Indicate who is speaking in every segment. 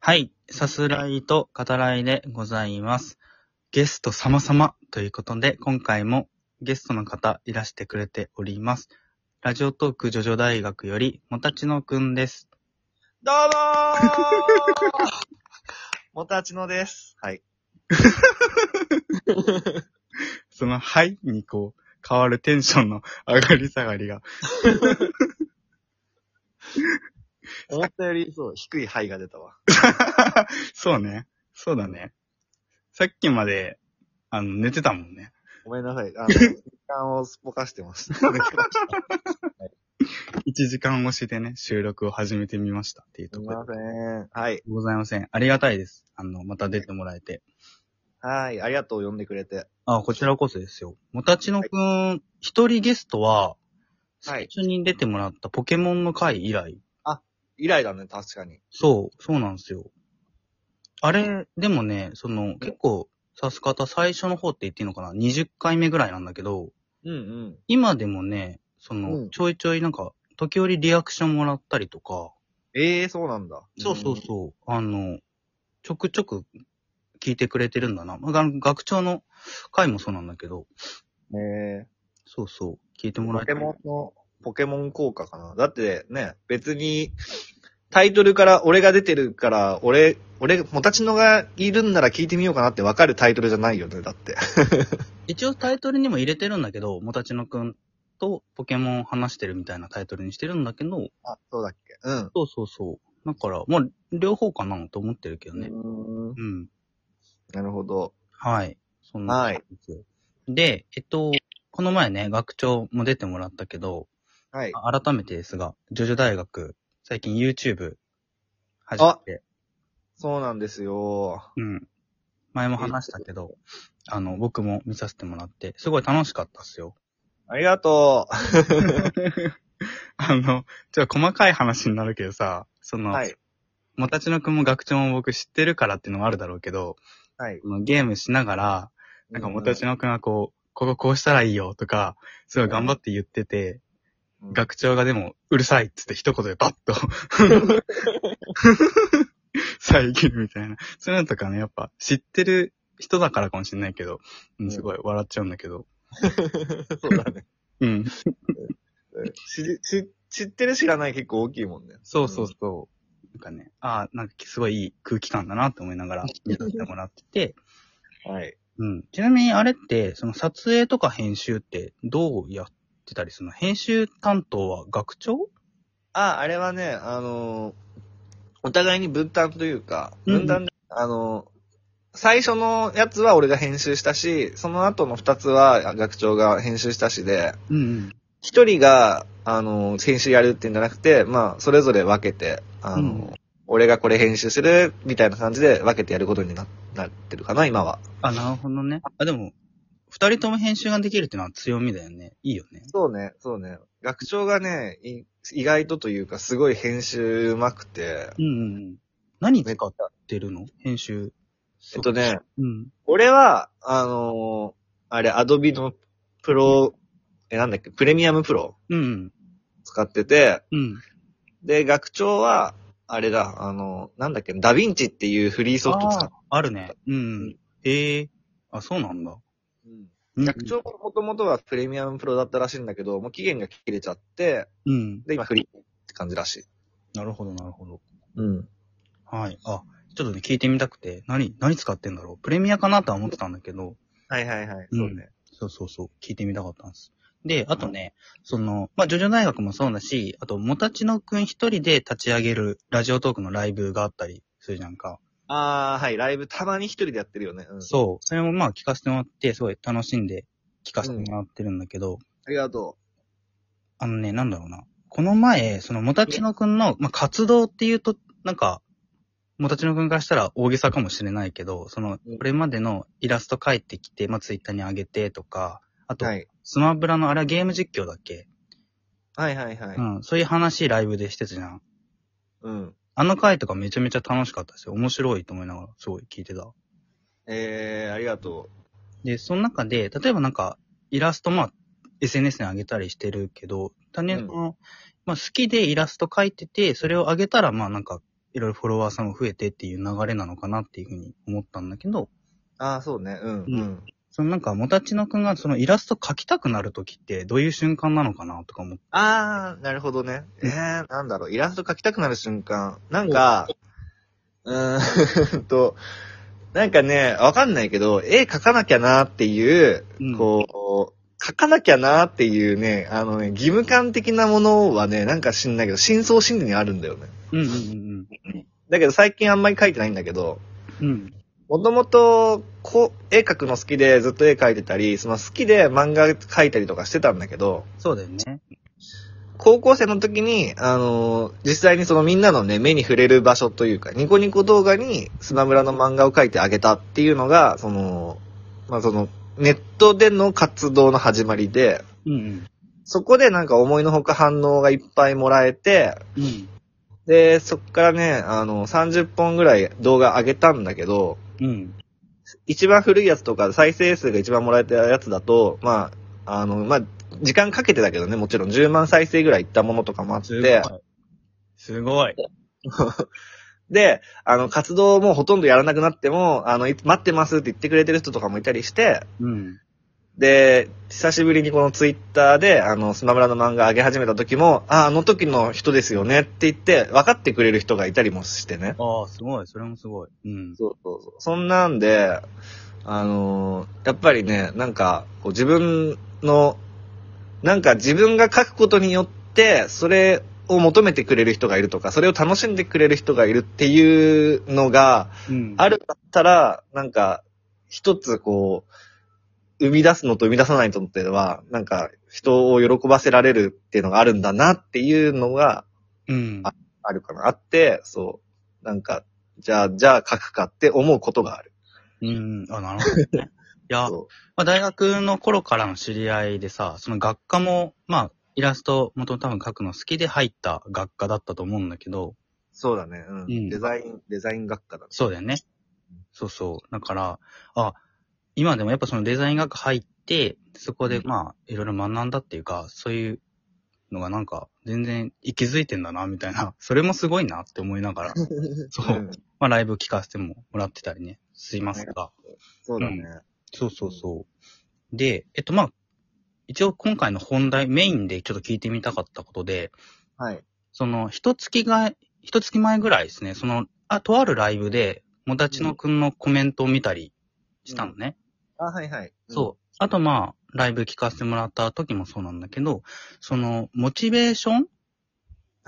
Speaker 1: はい。さすらいと語らいでございます。ゲスト様様ということで、今回もゲストの方いらしてくれております。ラジオトークジョジョ大学より、もたちのくんです。
Speaker 2: どうも ーもたちのです。はい。
Speaker 1: その、はいにこう、変わるテンションの上がり下が りが。
Speaker 2: 思ったより、そう、低いハイが出たわ。
Speaker 1: そうね。そうだね。さっきまで、あの、寝てたもんね。
Speaker 2: ごめんなさい。 あの、時間をすっぽかしてます。
Speaker 1: 1時間越しでね、収録を始めてみましたっていう
Speaker 2: す
Speaker 1: と
Speaker 2: み
Speaker 1: ころ
Speaker 2: ません。はい。
Speaker 1: でございません。ありがたいです。あの、また出てもらえて。
Speaker 2: はい。ありがとう、呼んでくれて。
Speaker 1: あ、こちらこそですよ。もたちのくん、一人ゲストは、
Speaker 2: は
Speaker 1: 最
Speaker 2: い
Speaker 1: 初に出てもらったポケモンの回以来。
Speaker 2: 以来だね、確かに。
Speaker 1: そう、そうなんですよ。あれ、でもね、その、結構、さす方最初の方って言っていいのかな ?20 回目ぐらいなんだけど、
Speaker 2: うんうん。
Speaker 1: 今でもね、その、
Speaker 2: うん
Speaker 1: ちょいちょいなんか、時折リアクションもらったりとか、
Speaker 2: ええー、そうなんだ。
Speaker 1: そうそうそう、あの、ちょくちょく聞いてくれてるんだな。まああの学長の回もそうなんだけど、
Speaker 2: うん。え
Speaker 1: そうそう、聞いて
Speaker 2: ー、
Speaker 1: もら
Speaker 2: ポ
Speaker 1: えて
Speaker 2: ケ
Speaker 1: る。
Speaker 2: モンの、ポケモン効果かな。だってね、別に、タイトルから俺が出てるから、俺、俺、もたちのがいるんなら聞いてみようかなってわかるタイトルじゃないよね、だって。
Speaker 1: 一応タイトルにも入れてるんだけど、もたちのくんとポケモンを話してるみたいなタイトルにしてるんだけど、
Speaker 2: あ、そうだっけ。うん。
Speaker 1: そうそうそう。だから、まあ、両方かなと思ってるけどね。
Speaker 2: うーん
Speaker 1: うん。
Speaker 2: なるほど。
Speaker 1: はい。そんな感じですよ。で、えっと、この前ね、学長も出てもらったけど、
Speaker 2: はい。
Speaker 1: あ改めてですが、ジョジョ大学、最近 YouTube 始め
Speaker 2: あ
Speaker 1: て、
Speaker 2: そうなんですよ。
Speaker 1: うん。前も話したけど、あの、僕も見させてもらって、すごい楽しかったっすよ。
Speaker 2: ありがと。
Speaker 1: あの、ちょ、細かい話になるけどさ、そうの、
Speaker 2: はい。
Speaker 1: もたちのくんも学長も僕知ってるからっていうのもあるだろうけど、
Speaker 2: はい。
Speaker 1: このゲームしながら、なんかもたちのくんがこう、こここうしたらいいよとか、すごい頑張って言ってて、
Speaker 2: うん、
Speaker 1: 学長がでも、うるさいっつって一言でバッ と遮るみたいな。そういうのとかね、やっぱ知ってる人だからかもしれないけど、うん、すごい笑っちゃうんだけど。
Speaker 2: そうだね。
Speaker 1: うん。
Speaker 2: 知知知ってる知らない結構大きいもんね。
Speaker 1: そうそうそう。なんかね、ああ、なんかすごいいい空気感だなって思いながら見といてもらってて、
Speaker 2: うん。はい。
Speaker 1: うん。ちなみにあれって、その撮影とか編集ってどうやってたりするの編集担当は学長
Speaker 2: あ、あれはね、あのーお互いに分担というか、
Speaker 1: うん
Speaker 2: 分担、あのー最初のやつは俺が編集したし、その後の二つは学長が編集したしで、
Speaker 1: うんうん。
Speaker 2: 一人が、あの、編集やるっていうんじゃなくて、まあ、それぞれ分けて、あの、
Speaker 1: うん
Speaker 2: 俺がこれ編集する、みたいな感じで分けてやることにななってるかな、今は。
Speaker 1: あ、なるほどね。あ、でも、二人とも編集ができるってのは強みだよね。いいよね。
Speaker 2: そうね、そうね。学長がね、い意外とというか、すごい編集うまくて、
Speaker 1: うんうんうん。何使ってるの編集。
Speaker 2: えっとね、
Speaker 1: うん。
Speaker 2: 俺は、あのあれ、アドビのプロ、え、なんだっけ、プレミアムプロ
Speaker 1: うんうん。
Speaker 2: 使ってて、
Speaker 1: うん。
Speaker 2: で、学長は、あれだ、あの、なんだっけ、ダヴィンチっていうフリーソフト使って
Speaker 1: あーあるね。うんうん。ええあ、そうなんだ。
Speaker 2: うん
Speaker 1: うん
Speaker 2: 学長ももともとはプレミアムプロだったらしいんだけど、もう期限が切れちゃって、
Speaker 1: うん。
Speaker 2: で、今フリーって感じらしい。
Speaker 1: なるほど、なるほど。
Speaker 2: うん。
Speaker 1: はい。あ、ちょっとね、聞いてみたくて、何、何使ってんだろう。プレミアかなとは思ってたんだけど、
Speaker 2: はいはいはい。
Speaker 1: うん
Speaker 2: そうね。
Speaker 1: そうそうそう、聞いてみたかったんです。で、あとね、その、まあ、ジョジョ大学もそうだし、あと、もたちのくん一人で立ち上げるラジオトークのライブがあったりするじゃんか。
Speaker 2: あー、はい。ライブたまに一人でやってるよね。うん。
Speaker 1: そう。それもまあ、聞かせてもらって、すごい楽しんで聞かせてもらってるんだけど、
Speaker 2: ありがと
Speaker 1: あのね、なんだろうな。この前、その、もたちのくんの、まあ、活動っていうと、なんか、もたちのくんからしたら大げさかもしれないけど、その
Speaker 2: うん、
Speaker 1: これまでのイラスト描いてきて、まあ、ツイッターに上げてとか、あ
Speaker 2: う。
Speaker 1: と
Speaker 2: は、い。
Speaker 1: スマブラのあれはゲーム実況だっけ、
Speaker 2: はいはいはい。
Speaker 1: うん、そういう話ライブでしてたじゃん。
Speaker 2: うん。
Speaker 1: あの回とかめちゃめちゃ楽しかったですよ。面白いと思いながら、すごい聞いてた。
Speaker 2: えー、ありがと
Speaker 1: で、その中で、例えばなんか、イラスト、まあ、SNS に上げたりしてるけど、単純にその、まあ、好きでイラスト描いてて、それを上げたら、まあ、なんか、いろいろフォロワーさんも増えてっていう流れなのかなっていうふうに思ったんだけど、
Speaker 2: ああ、そうね。うん。
Speaker 1: うん
Speaker 2: うん。
Speaker 1: そのなんか、もたちのくんがそのイラスト描きたくなるときってどういう瞬間なのかなとか思って。
Speaker 2: ああ、なるほどね。ええー、なんだろう。イラスト描きたくなる瞬間。なんか、うーん と、なんかね、わかんないけど、絵描かなきゃなっていう、
Speaker 1: うん
Speaker 2: こう、書かなきゃなっていうね、あのね、義務感的なものはね、なんか知んないけど、真相心理にあるんだよね。
Speaker 1: うんうんうん
Speaker 2: だけど最近あんまり書いてないんだけど、
Speaker 1: うん。うん。
Speaker 2: もともと、こう、絵描くの好きでずっと絵描いてたり、その好きで漫画描いたりとかしてたんだけど、
Speaker 1: そうだよね。
Speaker 2: 高校生の時に、あのー実際にそのみんなのね、目に触れる場所というか、ニコニコ動画にスマブラの漫画を描いてあげたっていうのが、その、まあ、その、ネットでの活動の始まりで、
Speaker 1: うんうん。
Speaker 2: そこでなんか思いのほか反応がいっぱいもらえて、
Speaker 1: うん。
Speaker 2: で、そっからね、あの、30本ぐらい動画上げたんだけど、
Speaker 1: うん。
Speaker 2: 一番古いやつとか再生数が一番もらえたやつだと、まあ、あの、まあ、時間かけてだけどね、もちろん10万再生ぐらいいったものとかもあっ
Speaker 1: すご
Speaker 2: て
Speaker 1: い、。すごい。
Speaker 2: で、あの、活動をもうほとんどやらなくなっても、あの、いつ待ってますって言ってくれてる人とかもいたりして、
Speaker 1: うん。
Speaker 2: で、久しぶりにこのツイッターで、あの、スマブラの漫画上げ始めた時も、あ、あの時の人ですよねって言って、分かってくれる人がいたりもしてね。
Speaker 1: ああ、すごい。それもすごい。うん。
Speaker 2: そうそうそう。そんなんで、あのーやっぱりね、なんか、こう自分の、なんか自分が書くことによって、それを求めてくれる人がいるとか、それを楽しんでくれる人がいるっていうのが、
Speaker 1: うん。
Speaker 2: あるかったら、なんか、一つこう、生み出すのと生み出さないのとっていうのは、なんか、人を喜ばせられるっていうのがあるんだなっていうのが
Speaker 1: うん。
Speaker 2: あるかな。あって、そう。なんか、じゃあ、じゃあ書くかって思うことがある。
Speaker 1: うん。あ、なるほ どね。いや、
Speaker 2: そ
Speaker 1: まあ、大学の頃からの知り合いでさ、その学科も、まあ、イラスト、もともと多分描くの好きで入った学科だったと思うんだけど、
Speaker 2: うそうだね、うん。
Speaker 1: うん
Speaker 2: デザイン、デザイン学科だね。
Speaker 1: そうだよね。そうそう。だから、あ、今でもやっぱそのデザイン学科入って、そこで
Speaker 2: うん
Speaker 1: まあ、いろいろ学んだっていうか、そういうのがなんか、全然息づいてんだな、みたいな。それもすごいなって思いながら、そうう。
Speaker 2: ん
Speaker 1: まあ、ライブ聞かせてももらってたりね、すいますが。
Speaker 2: そうだね。
Speaker 1: そうそうそう。で、えっとまあ、一応今回の本題、メインでちょっと聞いてみたかったことで、
Speaker 2: はい。
Speaker 1: その、一月が、一月前ぐらいですね、その、あ、とあるライブで、もたちのくんのコメントを見たりしたのね。
Speaker 2: あ、はいはい。
Speaker 1: そう。あとまあ、ライブ聞かせてもらった時もそうなんだけど、その、モチベーション
Speaker 2: うん。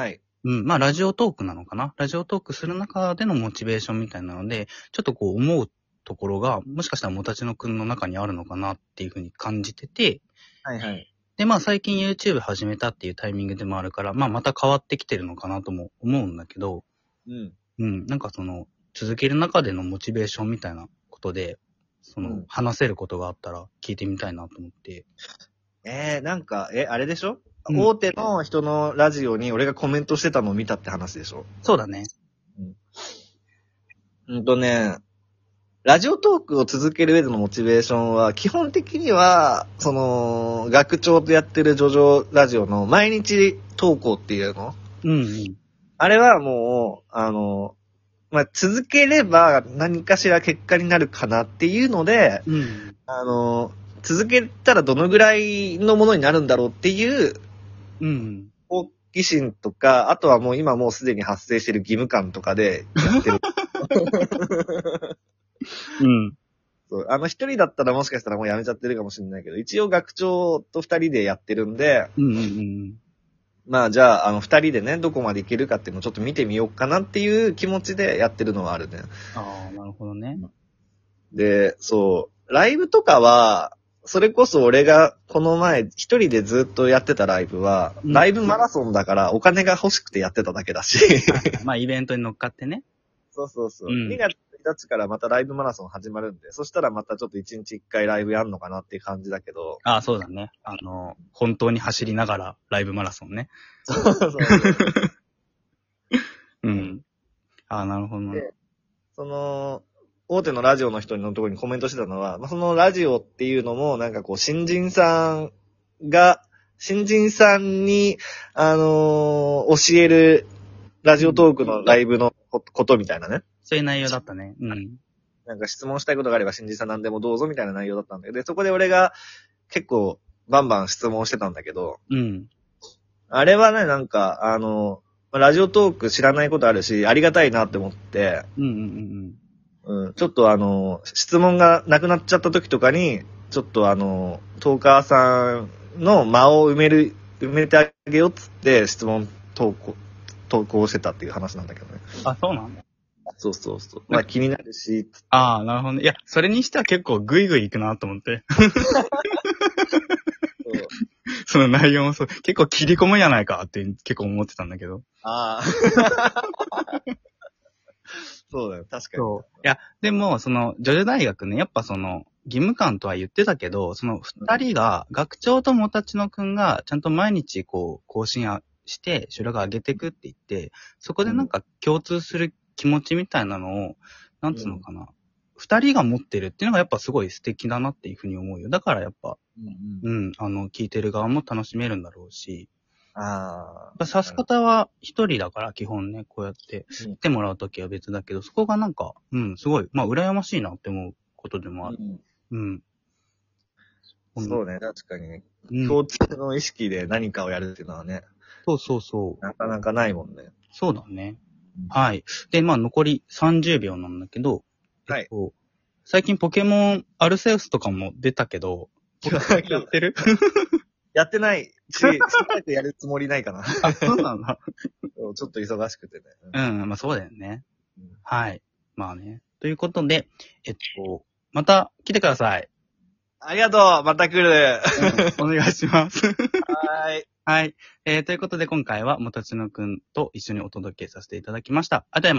Speaker 2: はい。
Speaker 1: うん、まあ、ラジオトークなのかなラジオトークする中でのモチベーションみたいなので、ちょっとこう思うところが、もしかしたらもたちのくんの中にあるのかなっていうふうに感じてて、
Speaker 2: はいはい。
Speaker 1: で、まあ最近 YouTube 始めたっていうタイミングでもあるから、まあまた変わってきてるのかなとも思うんだけど、
Speaker 2: うん。
Speaker 1: うん、なんかその、続ける中でのモチベーションみたいなことで、その、
Speaker 2: うん
Speaker 1: 話せることがあったら聞いてみたいなと思って。
Speaker 2: えー、なんか、え、あれでしょ、
Speaker 1: うん
Speaker 2: 大手の人のラジオに俺がコメントしてたのを見たって話でしょ
Speaker 1: そうだね。
Speaker 2: うんとね、ラジオトークを続ける上でのモチベーションは、基本的には、その、学長とやってるジョジョラジオの毎日投稿っていうの
Speaker 1: うんうん。
Speaker 2: あれはもう、あの、まあ、続ければ何かしら結果になるかなっていうので、
Speaker 1: うん。
Speaker 2: あの、続けたらどのぐらいのものになるんだろうっていう
Speaker 1: うん。
Speaker 2: 好奇心とか、あとはもう今もうすでに発生してる義務感とかでやってる。
Speaker 1: うん。
Speaker 2: そうあの一人だったらもしかしたらもうやめちゃってるかもしれないけど、一応学長と二人でやってるんで、
Speaker 1: うんうん
Speaker 2: まあじゃああの二人でね、どこまでいけるかっていうのをちょっと見てみようかなっていう気持ちでやってるのはあるね。
Speaker 1: ああ、なるほどね。
Speaker 2: で、そう、ライブとかは、それこそ俺がこの前一人でずっとやってたライブは、
Speaker 1: うん
Speaker 2: ライブマラソンだからお金が欲しくてやってただ けだし。
Speaker 1: まあイベントに乗っかってね。
Speaker 2: そうそうそう。
Speaker 1: うん
Speaker 2: 2月1日からまたライブマラソン始まるんで、そしたらまたちょっと1日1回ライブやんのかなっていう感じだ けど。
Speaker 1: ああ、そうだね。あの、本当に走りながらライブマラソンね。
Speaker 2: そうそうそう。
Speaker 1: うん。ああ、なるほどね。
Speaker 2: その、大手のラジオの人のところにコメントしてたのは、まあ、そのラジオっていうのも、なんかこう、新人さんが、新人さんに、あのー教えるラジオトークのライブのこことみたいなね。
Speaker 1: そういう内容だったね。うん。
Speaker 2: なんか質問したいことがあれば、新人さん何でもどうぞみたいな内容だったんだけど、で、そこで俺が結構バンバン質問してたんだけど、
Speaker 1: うん。
Speaker 2: あれはね、なんか、あの、まあラジオトーク知らないことあるし、ありがたいなって思って、
Speaker 1: うんうんうん
Speaker 2: うん、ちょっとあの、質問がなくなっちゃった時とかに、ちょっとあの、トーカーさんの間を埋める、埋めてあげようっつって質問投稿、投稿してたっていう話なんだけどね。
Speaker 1: うん。あ、そうなんだ。
Speaker 2: そうそうそう。まあ気になるし、つっ
Speaker 1: ああ、なるほどね。いや、それにしては結構グイグイ行くなと思って。
Speaker 2: て。
Speaker 1: その内容もそう。結構切り込むやないかって結構思ってたんだけど。
Speaker 2: ああ。 そうだよ、確かに。
Speaker 1: そう。いや、でも、その、ジョジョ大学ね、やっぱその、義務感とは言ってたけど、その二人が、学長ともたちのくんが、ちゃんと毎日こう、更新あして、修羅が上げてくって言って、そこでなんか共通する気持ちみたいなのを、なんつうのかな。二、人が持ってるっていうのがやっぱすごい素敵だなっていうふうに思うよ。だからやっぱ、
Speaker 2: うんうん
Speaker 1: うん、あの、聞いてる側も楽しめるんだろうし、
Speaker 2: あ
Speaker 1: やっぱ指す方は一人だから基本ね、こうやって
Speaker 2: うん
Speaker 1: 来てもらうときは別だけど、そこがなんか、うん、すごい、まあ、羨ましいなって思うことでも
Speaker 2: あ
Speaker 1: ある。。うん。
Speaker 2: そうね、確かにね。
Speaker 1: うん
Speaker 2: 共通の意識で何かをやるっていうのはね、
Speaker 1: そうそうそう。
Speaker 2: なかなかないもんね。
Speaker 1: そうだね
Speaker 2: うん。
Speaker 1: はい。で、まあ、残り30秒なんだけど、
Speaker 2: はい
Speaker 1: えっと最近ポケモンアルセウスとかも出たけど、 やってる
Speaker 2: やってない し、しばてやるつもりないかな。 ち
Speaker 1: あ、そうなん だ。
Speaker 2: ょっと忙しくてね。
Speaker 1: うん、まあそうだよね
Speaker 2: うん。
Speaker 1: はい。まあね。ということで、えっと、また来てください。
Speaker 2: ありがとうまた来る
Speaker 1: お願いします。
Speaker 2: はい。
Speaker 1: はい。えーということで今回はもたちのくんと一緒にお届けさせていただきました。ありがとうございます。